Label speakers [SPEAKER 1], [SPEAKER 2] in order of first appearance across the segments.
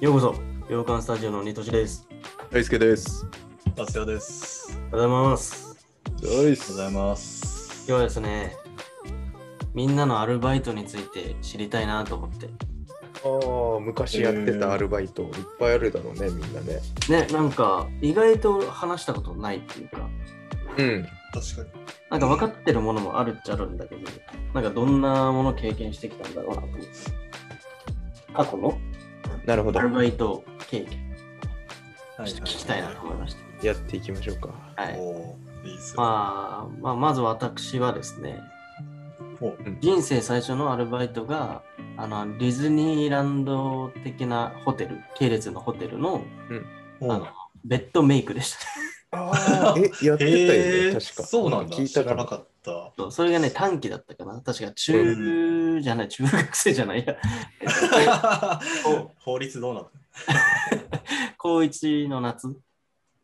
[SPEAKER 1] ようこそ、洋館スタジオのニトシです。
[SPEAKER 2] 大輔です。
[SPEAKER 3] 達也です。
[SPEAKER 1] おはようございます。
[SPEAKER 2] 大
[SPEAKER 3] おはようございます。
[SPEAKER 1] 今日はですね、みんなのアルバイトについて知りたいなと思って。
[SPEAKER 2] ああ、昔やってたアルバイト、いっぱいあるだろうね、みんなね。
[SPEAKER 1] ね、なんか意外と話したことないっていうか、
[SPEAKER 2] うん。
[SPEAKER 3] 確か
[SPEAKER 1] なんか分かってるものもあるっちゃあるんだけど、なんかどんなもの経験してきたんだろうなと思って。過去の
[SPEAKER 2] なるほど
[SPEAKER 1] ア。ルバイト経験、
[SPEAKER 3] に。
[SPEAKER 1] ちょっと聞きたいなと思いまし
[SPEAKER 2] やっていきましょうか。
[SPEAKER 1] た。はい。
[SPEAKER 3] おーいいっすよ。
[SPEAKER 1] まあ、まあ、まず私はですね、
[SPEAKER 3] お
[SPEAKER 1] 人生最初のアルバイトがあのディズニーランド的なホテル系列のホテルの
[SPEAKER 3] お
[SPEAKER 1] あのベッドメイクでした、
[SPEAKER 2] ああ、 え、やってたよね、
[SPEAKER 3] へー
[SPEAKER 2] 確か。
[SPEAKER 3] そうなんだ。
[SPEAKER 2] 聞いた
[SPEAKER 3] 知
[SPEAKER 2] からら
[SPEAKER 3] なかった。
[SPEAKER 1] そうそれがね 短期だったかな確か中、じゃない中学生じゃないや お
[SPEAKER 3] 法律どうなっ
[SPEAKER 1] 高1の夏
[SPEAKER 2] う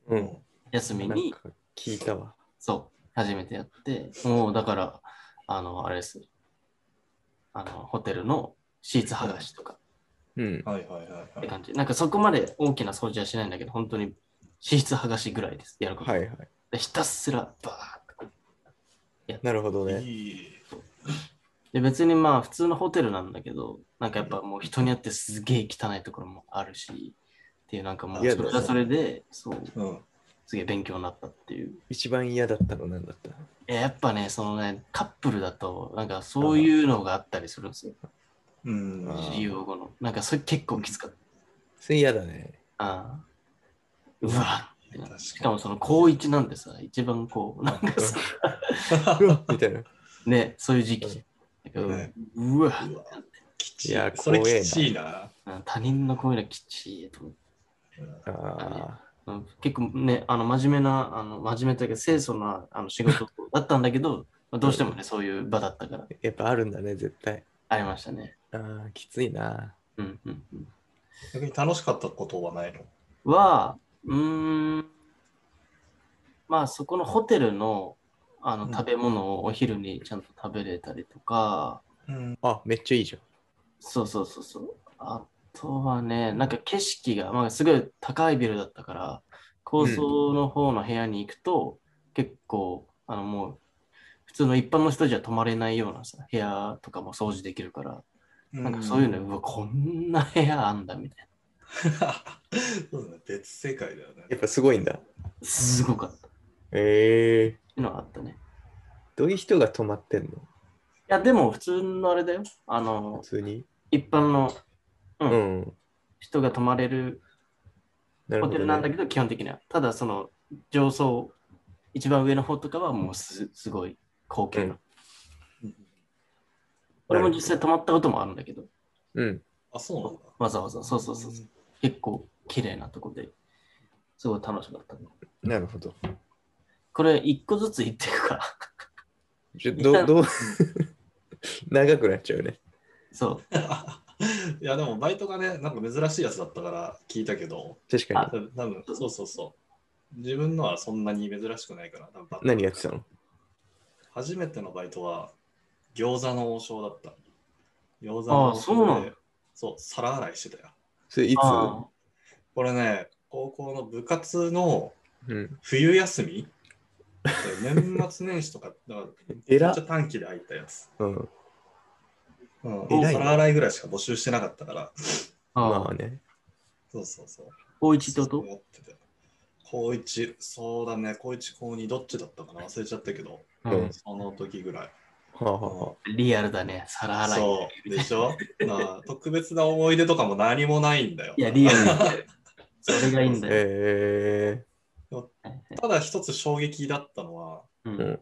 [SPEAKER 3] た
[SPEAKER 2] ん。
[SPEAKER 1] 休み
[SPEAKER 2] なん
[SPEAKER 1] に
[SPEAKER 2] か聞いたわ。
[SPEAKER 1] そう初めてやってもうだからあのあれですあのホテルのシーツ剥がしとか
[SPEAKER 2] うん。
[SPEAKER 3] はいはいは
[SPEAKER 1] っ
[SPEAKER 3] い
[SPEAKER 1] て
[SPEAKER 3] はい。
[SPEAKER 1] 感じなんかそこまで大きな掃除はしないんだけど本当にシーツ剥がしぐらいですやること
[SPEAKER 2] はいはい。
[SPEAKER 1] でひたすらバーッと
[SPEAKER 2] なるほどね。
[SPEAKER 3] いい。
[SPEAKER 1] で別にまあ普通のホテルなんだけどなんかやっぱもう人によってすげえ汚いところもあるしっていうなんかもう
[SPEAKER 2] 嫌
[SPEAKER 1] それ
[SPEAKER 2] だ
[SPEAKER 1] はそれでそう
[SPEAKER 3] うん。
[SPEAKER 1] すげえ勉強になったっていう
[SPEAKER 2] 一番嫌だったのなんだった
[SPEAKER 1] いややっぱねそのねカップルだとなんかそういうのがあったりするんですよ
[SPEAKER 3] うん。
[SPEAKER 2] あー
[SPEAKER 1] 利用後のなんかそれ結構きつかった
[SPEAKER 2] それ嫌だ ね。
[SPEAKER 1] ああうわってな
[SPEAKER 3] 確かに
[SPEAKER 1] し かもその高一なんてさ一番こうなんかさ
[SPEAKER 2] うわみたいな。
[SPEAKER 1] ねそういう時期じゃんだから
[SPEAKER 3] ね
[SPEAKER 1] うわ
[SPEAKER 3] うわきち
[SPEAKER 2] いや
[SPEAKER 3] それ
[SPEAKER 2] 怖えな
[SPEAKER 3] きちいな。
[SPEAKER 1] うん他人の声がきっちいと思って
[SPEAKER 2] あ
[SPEAKER 1] うん結構ね、あの真面目な、あの真面目というか清楚なあの仕事だったんだけど、まあどうしてもね、そういう場だったから、
[SPEAKER 2] あ、やっぱあるんだね、絶対。
[SPEAKER 1] ありましたね。
[SPEAKER 2] ああ、きついな。
[SPEAKER 1] うんうんうん、
[SPEAKER 3] 逆に楽しかったことはないの。
[SPEAKER 1] は、うーん、まあそこのホテルのあ
[SPEAKER 3] う
[SPEAKER 1] の
[SPEAKER 3] ん
[SPEAKER 1] 食べ物をお昼にちゃんと食べれたりとか、
[SPEAKER 3] うん。
[SPEAKER 2] あ、めっちゃいいじ
[SPEAKER 1] そうそうそうそう。あとはね、なんか景色が、まあ、すごい高いビルだったから、高層の方の部屋に行くと、結構、あのもう、普通の一般の人じゃ泊まれないようなさ、部屋とかも掃除できるから、なんかそういうの、うわ、こんな部屋あんだみたい
[SPEAKER 3] そうだね。別世界だよね
[SPEAKER 2] ゃん。やっ。ぱすごいんだ。
[SPEAKER 1] な、すごかった。っ
[SPEAKER 2] ええ
[SPEAKER 1] ていうのはあったね。
[SPEAKER 2] どういう人が泊まってんの
[SPEAKER 1] いや、でも普通のあれだよ。あの
[SPEAKER 2] 普、通に
[SPEAKER 1] 一般の
[SPEAKER 2] うん。
[SPEAKER 1] 人が泊まれる
[SPEAKER 2] なる
[SPEAKER 1] ホ
[SPEAKER 2] ほ
[SPEAKER 1] テ
[SPEAKER 2] ど、
[SPEAKER 1] ル
[SPEAKER 2] ね。
[SPEAKER 1] なんだけど、基本的には。ただ、その、上層、一番上の方とかはもうすすごい高級な。
[SPEAKER 2] うん
[SPEAKER 1] 俺も実際泊まったこともあるんだけど、
[SPEAKER 2] うん。
[SPEAKER 3] あ、そうなんだ。
[SPEAKER 1] わざわざ、そうそうそうそう、結構綺麗なとこですごい楽しかったね。
[SPEAKER 2] なるほど。
[SPEAKER 1] これ、一個ずつ言っていくか。
[SPEAKER 2] ちょ
[SPEAKER 1] 一
[SPEAKER 2] ど
[SPEAKER 1] 旦
[SPEAKER 2] うどう 長くなっちゃうね。
[SPEAKER 1] そう。
[SPEAKER 3] いやでもバイトがね、なんか珍しいやつだったから聞いたけど、
[SPEAKER 2] 確か
[SPEAKER 3] 多分多分そうそうそう。自分のはそんなに珍しくないから、多分バ
[SPEAKER 2] に。何やってたの
[SPEAKER 3] 初めてのバイトは餃子の王将だった。餃子
[SPEAKER 1] あ
[SPEAKER 3] の
[SPEAKER 1] あ
[SPEAKER 3] 王
[SPEAKER 1] そうな
[SPEAKER 3] 将
[SPEAKER 1] の
[SPEAKER 3] で、そう、皿洗いしてたよ。
[SPEAKER 2] それいつ
[SPEAKER 1] あ
[SPEAKER 3] これね、高校の部活の
[SPEAKER 2] うん。
[SPEAKER 3] 冬休み、年末年始とか、だからめ
[SPEAKER 2] え
[SPEAKER 3] っち
[SPEAKER 2] ら
[SPEAKER 3] ゃ短期で入ったやつ。
[SPEAKER 2] うん。
[SPEAKER 3] うん、
[SPEAKER 2] 偉いね
[SPEAKER 3] 皿洗いぐらいしか募集してなかったから、
[SPEAKER 1] あ、あ
[SPEAKER 2] ま
[SPEAKER 1] あ
[SPEAKER 2] あ、ね。
[SPEAKER 3] そうそうそう。
[SPEAKER 1] 高一ってこと
[SPEAKER 3] やってて高一、そうだね、高一、高二、どっちだったかな忘れちゃったけど、
[SPEAKER 2] うん
[SPEAKER 1] うん
[SPEAKER 3] その時ぐらい。
[SPEAKER 2] はあ、は
[SPEAKER 1] リアルだね、皿洗い。
[SPEAKER 3] そう、でしょ まあ特別な思い出とかも何もないんだよ。
[SPEAKER 1] いや、リ アルだね。それがいいん
[SPEAKER 2] あ、
[SPEAKER 1] だよ。
[SPEAKER 2] え
[SPEAKER 3] ただ一つ衝撃だったのは、
[SPEAKER 1] うん
[SPEAKER 2] うん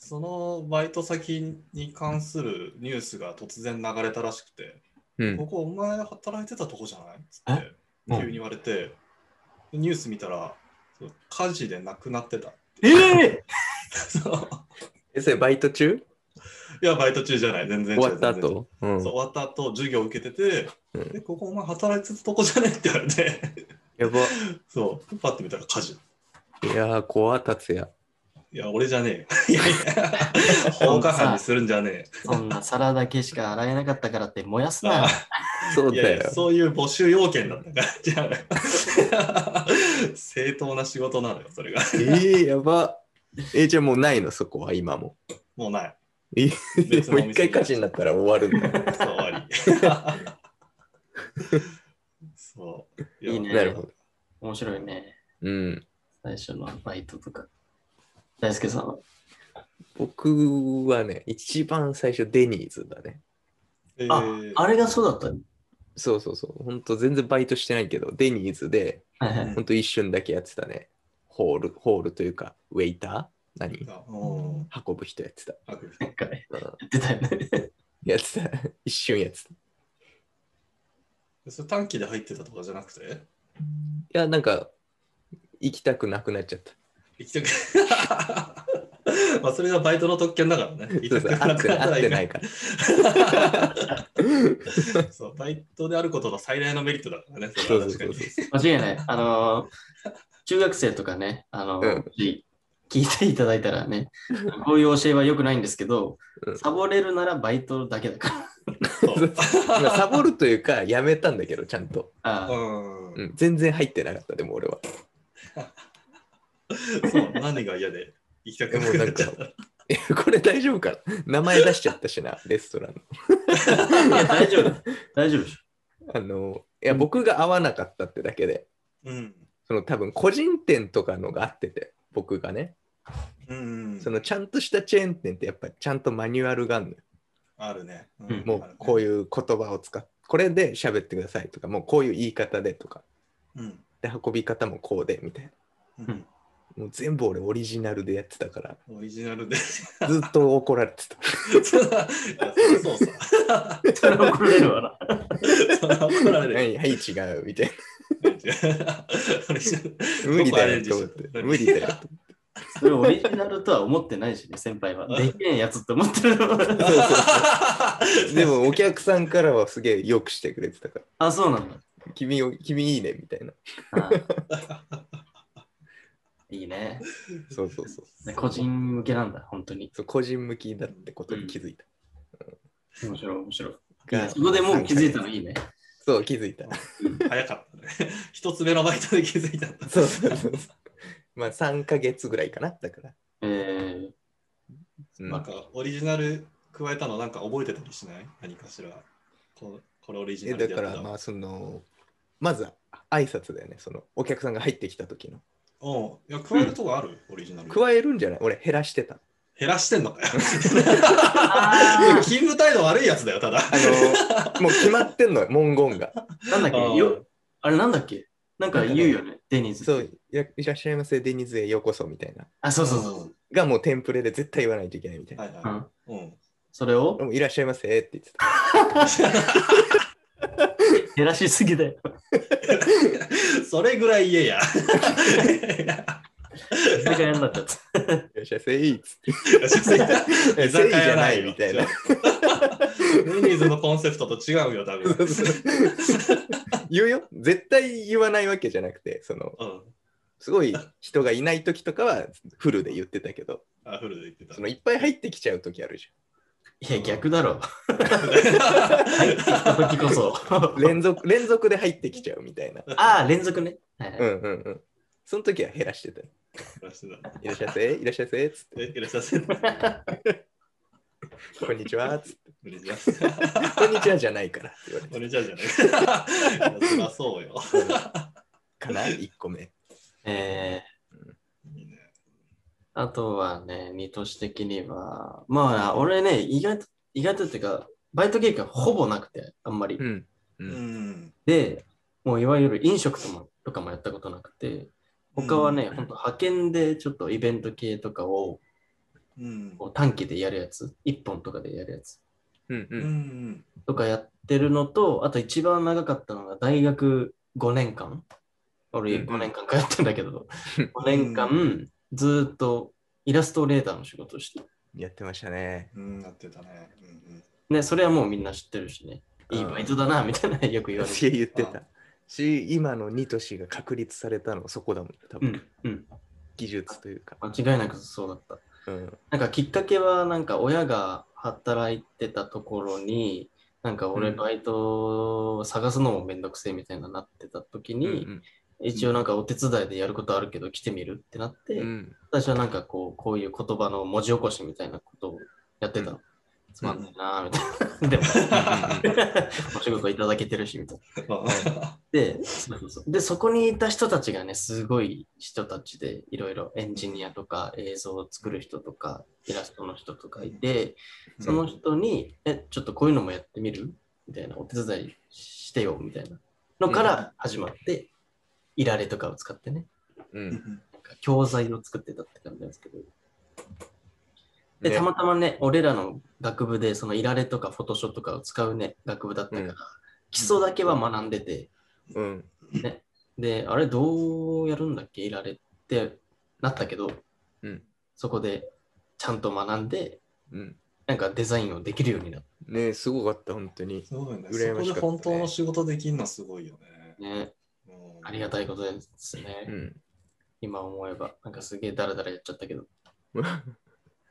[SPEAKER 3] そのバイト先に関するニュースが突然流れたらしくて、
[SPEAKER 2] ー、うん
[SPEAKER 3] こ。こお前働いてたとこじゃないつって
[SPEAKER 2] え
[SPEAKER 3] 急に言われて、ニュース見たら、そう火事で亡くなってた。
[SPEAKER 1] ええ
[SPEAKER 3] そう
[SPEAKER 2] え、それバイト中
[SPEAKER 3] いや、バイト中じゃない、全然
[SPEAKER 2] 終わ
[SPEAKER 3] 違う
[SPEAKER 2] った
[SPEAKER 3] 全然違う
[SPEAKER 2] 後。うん。
[SPEAKER 3] そう終わった後、授業受けてて、
[SPEAKER 2] うん
[SPEAKER 3] えここお前働いてたとこじゃねって言われて、
[SPEAKER 2] やば。
[SPEAKER 3] そう、パッて見たら火事。
[SPEAKER 2] いやー、怖達也。
[SPEAKER 3] いや、俺じゃね えよ。いやいや、放火犯にするんじゃねえ。
[SPEAKER 1] そんな皿だけしか洗えなかったからって燃やすな
[SPEAKER 3] あ。
[SPEAKER 2] そう
[SPEAKER 3] いや
[SPEAKER 2] だ
[SPEAKER 3] いや、
[SPEAKER 2] よ。
[SPEAKER 3] そういう募集要件だったから、じゃあ、 正当な仕事なのよ、それが。
[SPEAKER 2] えー、やば。えー、じゃあもうないの、そこは今も。
[SPEAKER 3] もうない。
[SPEAKER 2] え
[SPEAKER 3] 別
[SPEAKER 2] も
[SPEAKER 3] の
[SPEAKER 2] う
[SPEAKER 3] お店
[SPEAKER 2] 一回火事になったら終わるんだ。
[SPEAKER 3] そう、終わり。 そう。や
[SPEAKER 1] いいね
[SPEAKER 2] なるほど。
[SPEAKER 1] 面白いね。
[SPEAKER 2] うん。
[SPEAKER 1] 最初のバイトとか。大輔さんは。
[SPEAKER 2] 僕はね、一番最初デニーズだね。
[SPEAKER 3] え
[SPEAKER 1] あ
[SPEAKER 3] ー、
[SPEAKER 1] あれがそうだったの
[SPEAKER 2] そうそうそう。ほんと全然バイトしてないけど、デニーズで、
[SPEAKER 1] はいはい。
[SPEAKER 2] ほんと一瞬だけやってたね。ホール、ホールというか、ウェイター何
[SPEAKER 3] うん。
[SPEAKER 2] 運ぶ人やってた。
[SPEAKER 3] あくび
[SPEAKER 1] なんかや
[SPEAKER 2] うん
[SPEAKER 1] ってたよね。
[SPEAKER 2] やってた。 一瞬やってた。い
[SPEAKER 3] それ短期で入ってたとかじゃなくて
[SPEAKER 2] や、なんか、行きたくなくなっちゃった。
[SPEAKER 3] 行きたく まあそれがバイトの特権だからね。
[SPEAKER 2] そ
[SPEAKER 3] 行
[SPEAKER 2] う
[SPEAKER 3] き
[SPEAKER 2] そう
[SPEAKER 3] たく
[SPEAKER 2] 合
[SPEAKER 3] な
[SPEAKER 2] っ
[SPEAKER 3] く
[SPEAKER 2] て
[SPEAKER 3] な
[SPEAKER 2] な
[SPEAKER 3] っ
[SPEAKER 2] い
[SPEAKER 3] た
[SPEAKER 2] 合
[SPEAKER 3] ら
[SPEAKER 2] っ
[SPEAKER 3] い
[SPEAKER 2] て
[SPEAKER 3] い
[SPEAKER 2] な
[SPEAKER 3] ない
[SPEAKER 2] から。
[SPEAKER 3] そうバイトであることの最大のメリットだからね。そ
[SPEAKER 2] そ
[SPEAKER 3] れ
[SPEAKER 2] う
[SPEAKER 3] は
[SPEAKER 2] そう
[SPEAKER 3] 確か
[SPEAKER 2] そう
[SPEAKER 3] に。
[SPEAKER 2] そう。
[SPEAKER 1] 間違いない。あのー、中学生とかね、あのー、
[SPEAKER 2] うん
[SPEAKER 1] もし聞いていただいたら ね、こういう教えは良くないんですけど
[SPEAKER 2] う、ん
[SPEAKER 1] サボれるならバイトだけだから。
[SPEAKER 3] そう
[SPEAKER 2] まあサボるというか、やめたんだけど、ちゃんと。
[SPEAKER 1] ああ
[SPEAKER 3] う。
[SPEAKER 2] うんん、全然入ってなかった、でも俺は。
[SPEAKER 3] そう何が嫌で行きたくな
[SPEAKER 2] もう
[SPEAKER 3] く
[SPEAKER 2] な
[SPEAKER 3] なっ
[SPEAKER 2] ん
[SPEAKER 3] ちゃ
[SPEAKER 2] か
[SPEAKER 3] っ、
[SPEAKER 2] えこれ大丈夫かな名前出しちゃったしな、レストランの。
[SPEAKER 1] いや大丈夫。大丈夫でしょ。
[SPEAKER 2] あの、いや、僕が合わなかったってだけで、
[SPEAKER 3] た。うん。
[SPEAKER 2] その多分個人店とかのが合ってて、僕がね、
[SPEAKER 3] うん。
[SPEAKER 2] そのちゃんとしたチェーン店ってやっぱちゃんとマニュアルがあるのよ。
[SPEAKER 3] あるね。う
[SPEAKER 1] うん
[SPEAKER 2] もうこう
[SPEAKER 3] う
[SPEAKER 2] いう言葉を使って、これで喋ってくださいとか、もうこういう言い方でとか、
[SPEAKER 3] ん。うん。
[SPEAKER 2] で、運び方もこうでみたいな。
[SPEAKER 3] うん
[SPEAKER 2] もう全部俺オリジナルでやってたから、
[SPEAKER 3] オリジナルで。
[SPEAKER 2] ずっと怒られてた。
[SPEAKER 3] そういやそりゃそうさ。
[SPEAKER 1] それ怒られるわな。
[SPEAKER 3] そ んな怒られ
[SPEAKER 2] は
[SPEAKER 3] る。
[SPEAKER 2] い、はい、違うみたい な。
[SPEAKER 3] オリジナル
[SPEAKER 2] 無理だ
[SPEAKER 3] どこアレン
[SPEAKER 2] よ
[SPEAKER 3] ジ
[SPEAKER 2] と
[SPEAKER 3] し
[SPEAKER 2] 思
[SPEAKER 3] た
[SPEAKER 2] って。無理だよと
[SPEAKER 1] それオリジナルとは思ってないしね、先輩は。できねえやつって思ってる。
[SPEAKER 2] でもお客さんからはすげえよくしてくれてたから
[SPEAKER 1] あ、そうなんだ。
[SPEAKER 2] 君を君いいねみたいな
[SPEAKER 1] ああいいね
[SPEAKER 2] そうそうそう
[SPEAKER 1] ね個人向けなんだ、本当に。
[SPEAKER 2] そう個人向きだってことに気づいた、
[SPEAKER 1] 面白い、面白い。
[SPEAKER 2] が
[SPEAKER 1] そこでもう気づいたのいいね。
[SPEAKER 2] そう気づいた
[SPEAKER 3] 早かったね。一つ目のバイトで気づいたんだ。
[SPEAKER 2] そうそうそう まあ3ヶ月ぐらいかなだから、
[SPEAKER 1] えー、
[SPEAKER 2] うん
[SPEAKER 3] なんかオリジナル加えたのなんか覚えてたりしない何かしら。ここれオリジ
[SPEAKER 2] え
[SPEAKER 3] ナル
[SPEAKER 2] だ
[SPEAKER 3] で
[SPEAKER 2] か
[SPEAKER 3] やって
[SPEAKER 2] ら
[SPEAKER 3] た。
[SPEAKER 2] まあそのまず挨拶だよねそのお客さんが入ってきた時の
[SPEAKER 3] おういや加えるとこある、オリジナル。
[SPEAKER 2] 加えるんじゃない俺減らしてた
[SPEAKER 3] 減らしてん のかよ。
[SPEAKER 1] あ
[SPEAKER 3] 勤務態度悪いやつだよ、た だ。
[SPEAKER 2] あのもう決まってんの よ文言が
[SPEAKER 1] ーなんだっけ
[SPEAKER 3] あー
[SPEAKER 1] よあれなんだっけなんか言うよね、デニーズ。
[SPEAKER 2] そういやいらっしゃいませデニーズへようこそみたいな
[SPEAKER 1] あ、そうそうそう。
[SPEAKER 3] う
[SPEAKER 2] がもうテンプレで絶対言わないといけないみたいな
[SPEAKER 3] はい
[SPEAKER 1] うん
[SPEAKER 3] は、い。うん。
[SPEAKER 1] それを
[SPEAKER 2] でもいらっしゃいませって言ってた
[SPEAKER 1] 減らしすぎだよ。
[SPEAKER 3] それぐら い言えや。
[SPEAKER 1] 居酒屋にな っちゃった。
[SPEAKER 2] いらっしゃいませーっつって。
[SPEAKER 3] 居酒屋
[SPEAKER 2] せいじゃないみ たいな。
[SPEAKER 3] デニーズのコンセプトと違うよ、多分。
[SPEAKER 2] 言うよ。絶対言わないわけじゃなくて、その、
[SPEAKER 3] うん。
[SPEAKER 2] すごい人がいない時とかはフルで言ってたけど、
[SPEAKER 3] あ、フルで言ってた
[SPEAKER 2] そ。のいっぱい入ってきちゃう時あるじ
[SPEAKER 1] いや、逆だろ。 入ってきた時こ そ。
[SPEAKER 2] ゃん。連続、 連続で入ってきちゃうみたいな。
[SPEAKER 1] ああ、連続ね。はいはい
[SPEAKER 2] うんうんうん。その時は減らしてた。いらっしゃいませいらっしゃいませっつっ
[SPEAKER 3] えいらっしゃいませ。
[SPEAKER 2] て。こんにちはっつって。
[SPEAKER 3] こんにち は。
[SPEAKER 2] こんにちはじゃないからって言われ
[SPEAKER 3] こ
[SPEAKER 2] て
[SPEAKER 3] んにちはじゃ ない。そりゃそうよ。
[SPEAKER 2] かな ?1 個目。
[SPEAKER 1] えー
[SPEAKER 3] いいね
[SPEAKER 1] あとはね、二都市的には、まあ、俺ね、意外と、意外とっていうか、バイト経験ほぼなくて、あんまり。
[SPEAKER 2] うん。う。
[SPEAKER 3] うんん。
[SPEAKER 1] で、もういわゆる飲食ともとかもやったことなくて、他はね、
[SPEAKER 3] う
[SPEAKER 1] ほ
[SPEAKER 3] ん
[SPEAKER 1] んと派遣でちょっとイベント系とかを
[SPEAKER 3] うん
[SPEAKER 1] こ。う短期でやるやつ、1本とかでやるやつ
[SPEAKER 2] うんう。
[SPEAKER 3] うんん。
[SPEAKER 1] とかやってるのと、あと一番長かったのが大学5年間。俺
[SPEAKER 2] うん
[SPEAKER 1] 5年間通ってんだけど、5年間ずーっとイラストレーターの仕事をして
[SPEAKER 2] やってましたね。
[SPEAKER 3] うん。なってたね。うん
[SPEAKER 1] ね、それはもうみんな知ってるしね。いいバイトだな、みたいな、よく言われ
[SPEAKER 2] いや
[SPEAKER 1] る。
[SPEAKER 2] 言ってた。し、今のニトシが確立されたのはそこだもん、多
[SPEAKER 1] う
[SPEAKER 2] 分、
[SPEAKER 1] ん、うん。
[SPEAKER 2] 技術というか。
[SPEAKER 1] 間違いなくそうだった。
[SPEAKER 2] うん。
[SPEAKER 1] なんかきっかけは、なんか親が働いてたところに、なんか俺
[SPEAKER 2] うん
[SPEAKER 1] バイトを探すのもめんどくせえみたいななってた時に、一応なんかお手伝いでやることあるけど来てみるってなって、
[SPEAKER 2] うん
[SPEAKER 1] 私はなんかこうこういう言葉の文字起こしみたいなことをやってた。
[SPEAKER 2] うん
[SPEAKER 1] つまんないなぁみたいな。で も、お仕事いただけてるしみたいな。で、そうそうそうでそこにいた人たちがね、すごい人たちで、いろいろエンジニアとか映像を作る人とか、イラストの人とかいて、その人に、え、ちょっとこういうのもやってみるみたいな、お手伝いしてよ、みたいなのから始まって、いられとかを使ってね、
[SPEAKER 2] うん
[SPEAKER 1] なんか教材を作ってたって感じなんですけど、で、
[SPEAKER 2] ね
[SPEAKER 1] たまたまね、俺らの学部で、そのいられとかフォトショーとかを使うね、学部だったから、
[SPEAKER 2] うん
[SPEAKER 1] 基礎だけは学んでて、
[SPEAKER 2] うん
[SPEAKER 1] で、あれどうやるんだっけ、いられってなったけど、
[SPEAKER 2] うん
[SPEAKER 1] そこでちゃんと学んで、
[SPEAKER 2] うん
[SPEAKER 1] なんかデザインをできるようになっ
[SPEAKER 2] ねすごかった本当に
[SPEAKER 3] すごいね。
[SPEAKER 2] 羨
[SPEAKER 3] そ
[SPEAKER 2] ま
[SPEAKER 3] こ
[SPEAKER 2] しかったね
[SPEAKER 3] で本当の仕事できるのすごいよね。
[SPEAKER 1] たね。
[SPEAKER 3] うん
[SPEAKER 1] ありがたいことですね。
[SPEAKER 2] うん
[SPEAKER 1] 今思えば、なんかすげえダラダラやっちゃったけど。っ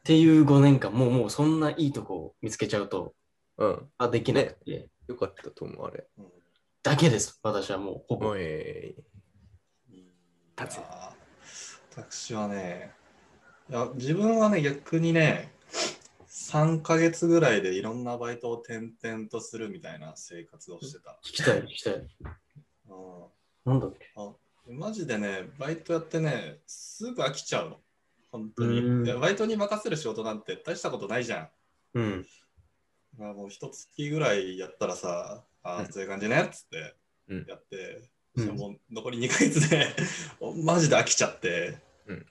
[SPEAKER 1] ていう5年間、もうもうそんないいとこを見つけちゃうと、
[SPEAKER 2] うん
[SPEAKER 1] あできなくて、
[SPEAKER 2] よかったと思うあれ
[SPEAKER 3] うん
[SPEAKER 1] だけです、私はもうほぼ。
[SPEAKER 2] おい立つ
[SPEAKER 3] いやー私はねいや自分はね逆にね3ヶ月ぐらいでいろんなバイトを転々とするみたいな生活をしてた、
[SPEAKER 1] 聞きたい、聞きたい。
[SPEAKER 3] う
[SPEAKER 1] なんだっけ
[SPEAKER 3] ん、マジでねバイトやってねすぐ飽きちゃうの本当
[SPEAKER 1] うん
[SPEAKER 3] にでバイトに任せる仕事なんて大したことないじゃん
[SPEAKER 1] うん。
[SPEAKER 3] まあ、もう一月ぐらいやったらさ、あ
[SPEAKER 2] う
[SPEAKER 3] あ、
[SPEAKER 2] ん
[SPEAKER 3] そういう感じねっつって
[SPEAKER 2] うん
[SPEAKER 3] やって、
[SPEAKER 1] うん
[SPEAKER 3] そしたらもう残り2ヶ月で マジで飽きちゃって、
[SPEAKER 1] うん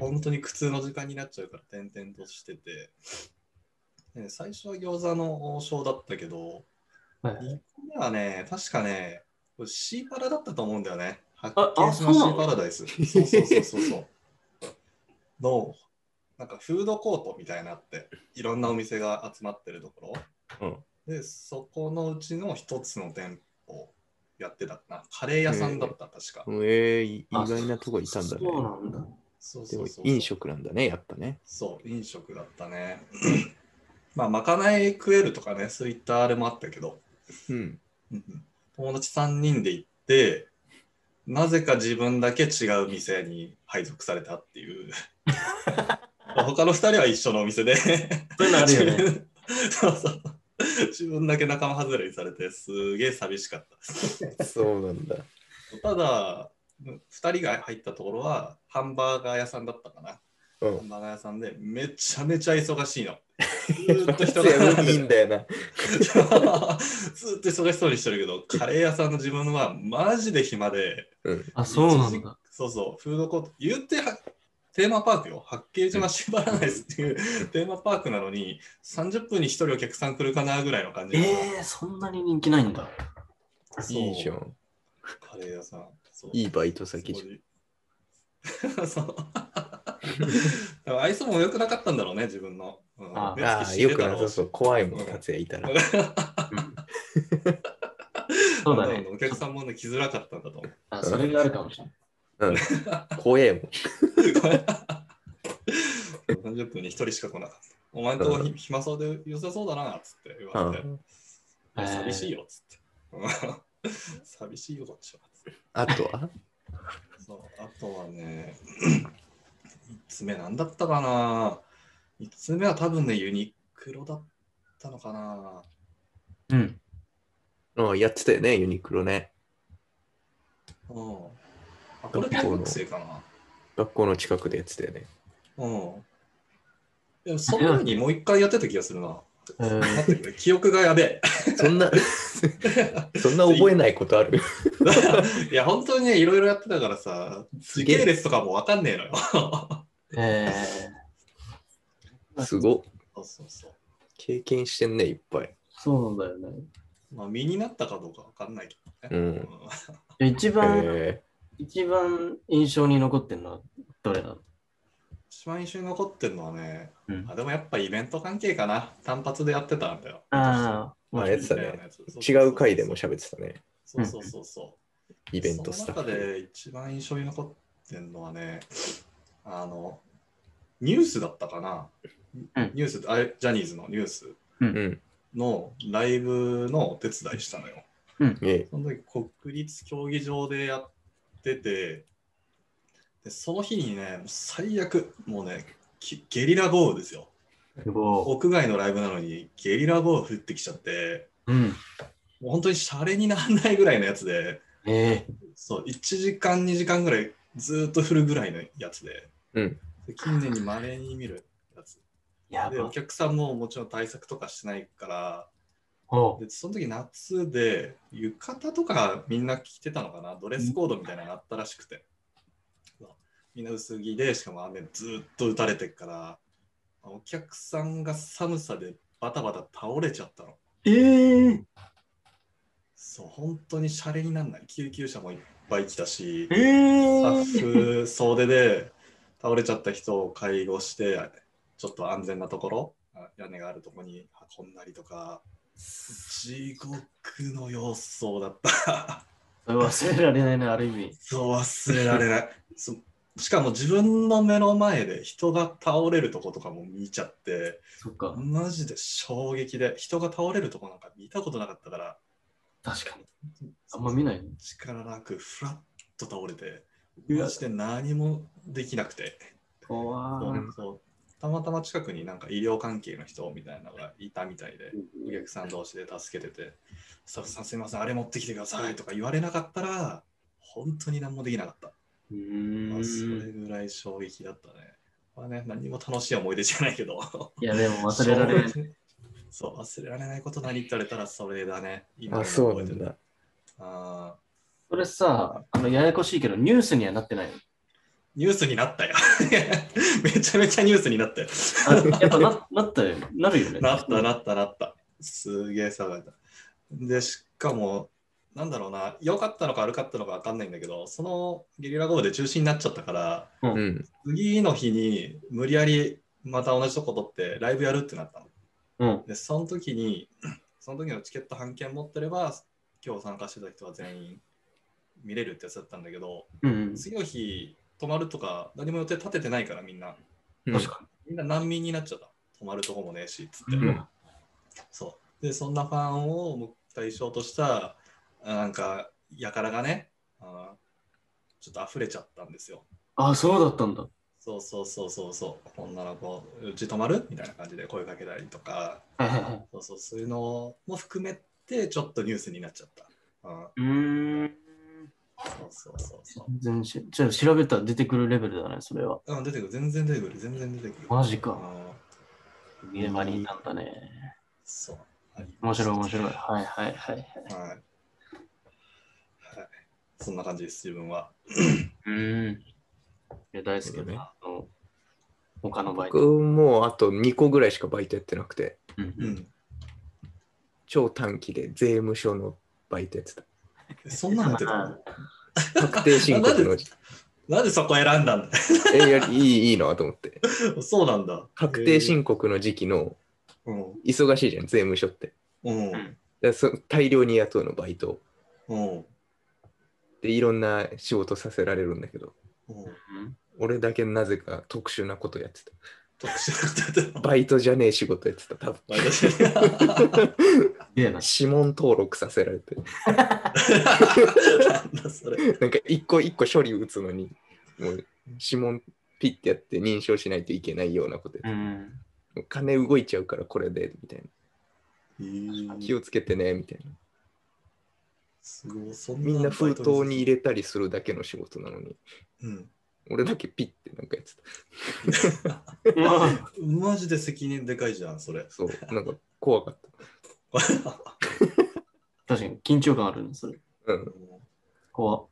[SPEAKER 3] 本当に苦痛の時間になっちゃうから転々としてて、ね、最初は餃子の王将だったけど、
[SPEAKER 1] はい
[SPEAKER 3] 2個目はね、確かね、これシーパラだったと思うんだよね。発
[SPEAKER 1] あ
[SPEAKER 3] 見し
[SPEAKER 1] そうな
[SPEAKER 3] ましたシ
[SPEAKER 1] の
[SPEAKER 3] ーパラダイス。そうそうそうそうそう。 の、なんかフードコートみたいなって、いろんなお店が集まってるところ。で、そこのうちの一つの店舗やってたかな。カレー屋さんだった、確か。
[SPEAKER 2] えー、い意
[SPEAKER 1] あ
[SPEAKER 2] 外なとこいたんだね
[SPEAKER 1] そうなんだ。
[SPEAKER 3] そう
[SPEAKER 2] で
[SPEAKER 3] そ
[SPEAKER 2] も
[SPEAKER 3] うそう。
[SPEAKER 2] 飲食なんだねやっぱね
[SPEAKER 3] そう、飲食だったね。 まあ、まかない食えるとかね、そういったあれもあったけど。
[SPEAKER 2] うん
[SPEAKER 3] うんうん友達3人で行ってなぜか自分だけ違う店に配属されたっていうまあ他の2人は一緒のお店で
[SPEAKER 1] そういうのあるよね。
[SPEAKER 3] そうそう自分だけ仲間外れにされてすげえ寂しかったです
[SPEAKER 2] そうなんだ
[SPEAKER 3] ただ2人が入ったところはハンバーガー屋さんだったかな
[SPEAKER 2] う
[SPEAKER 3] ハ
[SPEAKER 2] ん
[SPEAKER 3] ンバーガー屋さんでめちゃめちゃ忙しいのずーっと人が
[SPEAKER 2] いいんだよな
[SPEAKER 3] ずーっと忙しそうにしてるけど、カレー屋さんの自分はマジで暇で、
[SPEAKER 1] あ、そう な
[SPEAKER 3] 一
[SPEAKER 1] ん
[SPEAKER 3] 時
[SPEAKER 1] だ。
[SPEAKER 3] そうそう、フードコート、言ってはテーマパークよ、八景島縛らないですっていうテーマパークなのに、30分に1人お客さん来るかなぐらいの感じ
[SPEAKER 1] え
[SPEAKER 3] の
[SPEAKER 1] ー、そんなに人気ないんだ。
[SPEAKER 3] そう
[SPEAKER 2] いいじゃん
[SPEAKER 3] カレー屋さん。そう
[SPEAKER 2] いいバイト先じ
[SPEAKER 3] すごいそう。 でも愛想も良くなかったんだろうね、自分の。うん
[SPEAKER 1] あ
[SPEAKER 2] ゃんああよくなさそう怖いもん達也いたら
[SPEAKER 1] そうだね。
[SPEAKER 3] お客さんもね、来づらかったんだと思う。
[SPEAKER 1] あそれがあるかもしれない。
[SPEAKER 2] うん怖えもん
[SPEAKER 3] 30分に1人しか来なかった。お前んとこひ暇そうで良さそうだなっつって言われて、
[SPEAKER 2] うん
[SPEAKER 3] 寂しいよっつって。 寂しいよこっちはっつって
[SPEAKER 2] あとは
[SPEAKER 3] そうあとはね、3つ目なんだったかな ?3 つ目は多分ね、ユニクロだったのかな
[SPEAKER 1] うん。
[SPEAKER 2] うんやってたよねユニクロね
[SPEAKER 3] うん。あ、これ大学生かな
[SPEAKER 2] 学校の近くでやってたよね
[SPEAKER 3] うん。でもその前にもう一回やってた気がするな。
[SPEAKER 1] えー
[SPEAKER 3] 待ってくれ記憶がやべえ。
[SPEAKER 2] そ んなそんな覚えないことある
[SPEAKER 3] いや、本当にね、いろいろやってたからさ、時系列とかもわかんねえのよ。
[SPEAKER 1] えー
[SPEAKER 2] すごっ
[SPEAKER 3] そうそうそう。
[SPEAKER 2] 経験してんねいっぱい
[SPEAKER 1] そうなんだよね。
[SPEAKER 3] まあ、身になったかどうかわかんないけ
[SPEAKER 2] う
[SPEAKER 3] どね。
[SPEAKER 2] ん
[SPEAKER 1] で一番、
[SPEAKER 2] え
[SPEAKER 1] 一番印象に残ってるのはどれなの
[SPEAKER 3] 一番印象に残ってるのはね、
[SPEAKER 1] うん
[SPEAKER 3] あでもやっぱイベント関係かな。単発でやってたんだよ。
[SPEAKER 1] あ
[SPEAKER 2] ー
[SPEAKER 1] あ、
[SPEAKER 2] あやつだね
[SPEAKER 3] そうそ
[SPEAKER 2] ー
[SPEAKER 3] うそう
[SPEAKER 2] 違う回でも喋ってたね
[SPEAKER 3] そうそうそうそう。
[SPEAKER 2] イベントスタ
[SPEAKER 3] その中
[SPEAKER 2] ッフ
[SPEAKER 3] で一番印象に残ってるのはね、あの、ニュースだったかな。
[SPEAKER 1] うん
[SPEAKER 3] ニュース、あれ、ジャニーズのニュース
[SPEAKER 2] うん
[SPEAKER 3] のライブのお手伝いしたのよ。
[SPEAKER 2] え
[SPEAKER 3] その時国立競技場でやってて、でその日にね、もう最悪、もうね、きゲリラ豪雨ですよ。
[SPEAKER 1] すご
[SPEAKER 3] 屋外のライブなのにゲリラ豪雨降ってきちゃって、
[SPEAKER 1] い。うん。
[SPEAKER 3] もう本当にシャレにならないぐらいのやつで、
[SPEAKER 1] え
[SPEAKER 3] そう、1時間、2時間ぐらいずーっと降るぐらいのやつで、
[SPEAKER 2] うん
[SPEAKER 3] で近年にまれに見るやつ。
[SPEAKER 1] ー、や
[SPEAKER 3] で、お
[SPEAKER 1] ば。
[SPEAKER 3] 客さんももちろん対策とかしてないから、
[SPEAKER 1] おう
[SPEAKER 3] でその時夏で浴衣とかみんな着てたのかなドレスコードみたいなのがあったらしくて、みんな薄着でしかも雨ずっと打たれてっからお客さんが寒さでバタバタ倒れちゃったの
[SPEAKER 1] えー、
[SPEAKER 3] そう本当にシャレになんない救急車もいっぱい来たし
[SPEAKER 1] え
[SPEAKER 3] スタ
[SPEAKER 1] ー、
[SPEAKER 3] ッフ総出で倒れちゃった人を介護してちょっと安全なところあ屋根があるところに運んだりとか地獄の様相だった。
[SPEAKER 1] それ忘れられないな、ある意味。
[SPEAKER 3] そう忘れられない。そしかも自分の目の前で人が倒れるとことかも見ちゃって、
[SPEAKER 1] そっか、
[SPEAKER 3] マジで衝撃で、人が倒れるとこなんか見たことなかったから、
[SPEAKER 1] 確かに。あんま見ないね。
[SPEAKER 3] 力なくふらっと倒れて、
[SPEAKER 1] うわ
[SPEAKER 3] マジで何もできなくて、
[SPEAKER 1] 怖い。
[SPEAKER 3] そうたまたま近くになんか医療関係の人みたいなのがいたみたいで、お客さん同士で助けてて、スタッフさんすいません、あれ持ってきてくださいとか言われなかったら、本当に何もできなかった。
[SPEAKER 1] う
[SPEAKER 3] まあ、そ
[SPEAKER 1] ー
[SPEAKER 3] れ
[SPEAKER 1] ん。
[SPEAKER 3] ぐらい衝撃だったね。まあね、何も楽しい思い出じゃないけど。
[SPEAKER 1] いや、でも忘れられない。
[SPEAKER 3] 衝撃そう、 忘れられないこと何って言われたらそれだね。今
[SPEAKER 2] ー、あ、
[SPEAKER 3] でも
[SPEAKER 2] そうな
[SPEAKER 3] 覚え
[SPEAKER 2] ん
[SPEAKER 3] てる
[SPEAKER 2] だ。
[SPEAKER 3] あ
[SPEAKER 1] それさ、あの、ややこしいけど、ニュースにはなってないの。
[SPEAKER 3] ーニュースになったよ。 めちゃめちゃニュースになったよ。
[SPEAKER 1] あ やっぱななったよ。なるよね。
[SPEAKER 3] なったなったなった。すげえ騒いだ。で、しかも、なんだろうな、良かったのか悪かったのか分かんないんだけど、そのゲリラ豪雨で中止になっちゃったから、
[SPEAKER 2] うん。
[SPEAKER 3] 次の日に無理やりまた同じとこ取ってライブやるってなったの。
[SPEAKER 1] うん。
[SPEAKER 3] でその時に その時のチケット半券持ってれば今日参加してた人は全員見れるってやつだったんだけど
[SPEAKER 1] うん。
[SPEAKER 3] 次の日泊まるとか何も予定立ててないからみんな
[SPEAKER 2] うん
[SPEAKER 1] 確か
[SPEAKER 3] みんな難民になっちゃった泊まるとこもねえしっつっ
[SPEAKER 1] に。
[SPEAKER 3] て、
[SPEAKER 2] うん
[SPEAKER 3] そうでそんなファンを対象としたあなんかやからがねあちょっと溢れちゃったんですよ
[SPEAKER 1] あ、そうだったんだ。
[SPEAKER 3] そうそうそうそうそう女の子うち泊まるみたいな感じで声かけたりとか
[SPEAKER 1] はいはいはい。
[SPEAKER 3] そうそう、そういうのも含めて、ちょっとニュースになっちゃった。うん、
[SPEAKER 1] うーん。
[SPEAKER 3] そうそうそうそ
[SPEAKER 1] 全然しちょっと調べたら出てくるレベルだね、それは。
[SPEAKER 3] う。うん、出てくる、全然出てくる、全然出てくる。
[SPEAKER 1] マジか
[SPEAKER 3] うん
[SPEAKER 1] 現場にいたんだね。
[SPEAKER 3] そう。
[SPEAKER 1] 面白い面白い。
[SPEAKER 3] は
[SPEAKER 1] はいはいはいはい。
[SPEAKER 3] い。はい。そんな感じです、自分は。
[SPEAKER 1] うん。いや、大好き
[SPEAKER 2] そうだね
[SPEAKER 1] だ。あの他のバイ
[SPEAKER 2] 僕
[SPEAKER 1] ト。
[SPEAKER 2] もあと2個ぐらいしかバイトやってなくて、
[SPEAKER 1] うん
[SPEAKER 3] う
[SPEAKER 1] うん
[SPEAKER 3] ん。
[SPEAKER 2] 超短期で税務署のバイトやってた。
[SPEAKER 3] えそんなのやってたの
[SPEAKER 2] 確定申告の。
[SPEAKER 3] なんでそこ選んだんだ
[SPEAKER 2] えやいい、いいなと思って。
[SPEAKER 3] そうなんだ。
[SPEAKER 2] 確定申告の時期の
[SPEAKER 3] 告。
[SPEAKER 2] 忙しいじゃん、税務署って。
[SPEAKER 3] うん。う
[SPEAKER 1] うんん。
[SPEAKER 2] だからそ大量に雇うのバイト。
[SPEAKER 3] うん。
[SPEAKER 2] で、いろんな仕事させられるんだけど、
[SPEAKER 3] うん
[SPEAKER 1] うん
[SPEAKER 2] 俺だけなぜか特殊なことやってた。
[SPEAKER 3] 特殊なことやってたの。
[SPEAKER 2] バイトじゃねえ仕事やってた、多分。
[SPEAKER 3] バイトしてた
[SPEAKER 1] すげえな。
[SPEAKER 2] 指紋登録させられて、
[SPEAKER 3] なんだそれ。
[SPEAKER 2] なんか一個一個処理打つのに、もう指紋ピッてやって認証しないといけないようなことやって
[SPEAKER 1] う
[SPEAKER 2] た
[SPEAKER 1] ん。
[SPEAKER 2] もう金動いちゃうからこれで、みたい
[SPEAKER 3] え
[SPEAKER 2] な。
[SPEAKER 3] ー
[SPEAKER 2] 気をつけてね、みたいな。
[SPEAKER 3] すごい。そ
[SPEAKER 2] みんな封筒に入れたりするだけの仕事なのに、
[SPEAKER 3] れ。うん。
[SPEAKER 2] 俺だけピッてなんかやってた。
[SPEAKER 3] マジで責任でかいじゃん、それ。
[SPEAKER 2] そう、なんか怖かっ
[SPEAKER 1] 確かに緊張感あるね、それ。
[SPEAKER 2] た。うん。っ
[SPEAKER 1] 怖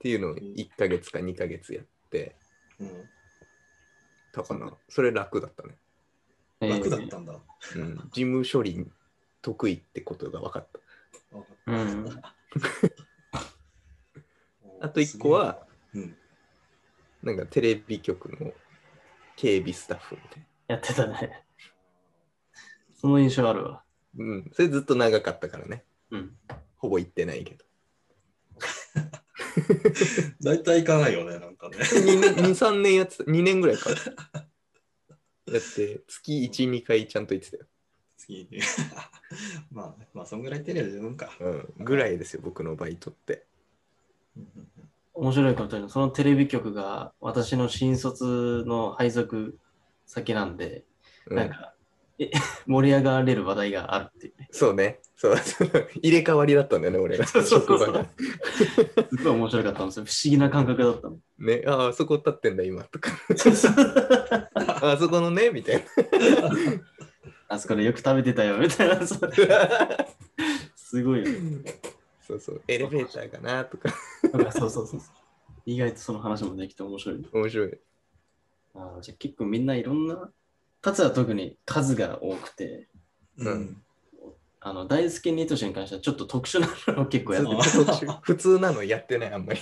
[SPEAKER 2] ていうのを1ヶ月か2ヶ月やって
[SPEAKER 3] うん、
[SPEAKER 2] たかな。それ楽だったね。
[SPEAKER 1] えー
[SPEAKER 3] 楽だったんだ。
[SPEAKER 2] うん。事務処理得意ってことが分かった。
[SPEAKER 1] うん。
[SPEAKER 2] あと一個は、
[SPEAKER 3] うん、
[SPEAKER 2] なんかテレビ局の警備スタッフみたい
[SPEAKER 1] や
[SPEAKER 2] な。
[SPEAKER 1] ってたね。その印象あるわ。
[SPEAKER 2] うん。それずっと長かったからね。
[SPEAKER 1] うん。
[SPEAKER 2] ほぼ行ってないけど。
[SPEAKER 3] 大体行かないよね、なんかね。
[SPEAKER 2] 2年、2、3年やってた。2年ぐらいか。だって月1、2回ちゃんと行ってたよ。
[SPEAKER 3] 次に。 まあ、まあ、そんぐらい手りゃ十分か。
[SPEAKER 2] うん、ぐらいですよ、僕のバイトって。
[SPEAKER 3] うんうんうん
[SPEAKER 1] 面白いことに、そのテレビ局が私の新卒の配属先なんで、
[SPEAKER 2] うん
[SPEAKER 1] なんか、え 盛り上がれる話題があるっていうね。
[SPEAKER 2] そうね。そう。 その入れ替わりだったんだよね、俺ら。
[SPEAKER 1] そうそうそう
[SPEAKER 2] 職場が
[SPEAKER 1] すごい面白かったんですよ。不思議な感覚だったの。
[SPEAKER 2] ね、ああ、そこ立ってんだ、今。とか。ああそこのね、みたい
[SPEAKER 1] あそこでよく食べてたよ、みたいな。 そう
[SPEAKER 2] な。
[SPEAKER 1] すごいよ。
[SPEAKER 2] そうそう。エレベーターかな、とか。
[SPEAKER 1] なんかそうそうそうそう。意外とその話もできて面白い。
[SPEAKER 2] 面白い。
[SPEAKER 1] あーじゃあ結構みんないろんな、タツは特に数が多くて、
[SPEAKER 2] うん
[SPEAKER 3] うん
[SPEAKER 1] あの大好きニートシに関してはちょっと特殊なのを結構やって
[SPEAKER 3] そ
[SPEAKER 2] 普通なのやってない、あんまり。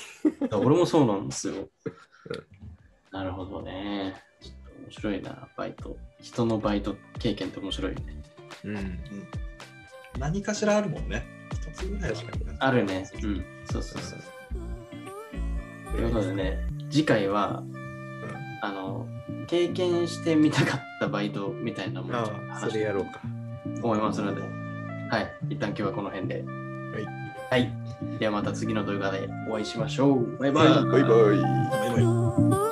[SPEAKER 1] た。俺もそうなんですよ。なるほどね。ちょっと面白いな、バイト。人のバイト経験って面白いね。
[SPEAKER 2] うん。
[SPEAKER 3] 何かしらあるもんね。一つぐらいは
[SPEAKER 1] あるね。うん。そうそうそう。ということでね、次回は、あの、経験してみたかったバイトみたいなものを
[SPEAKER 2] ああ、
[SPEAKER 1] 話
[SPEAKER 2] そ
[SPEAKER 1] して
[SPEAKER 2] れやろうか。
[SPEAKER 1] 思いますので、はい、一旦今日はこの辺で。はい。はい、ではまた次の動画でお会いしましょう。バイバイ。
[SPEAKER 2] バイバイ。
[SPEAKER 3] バイバイ
[SPEAKER 4] バイバイ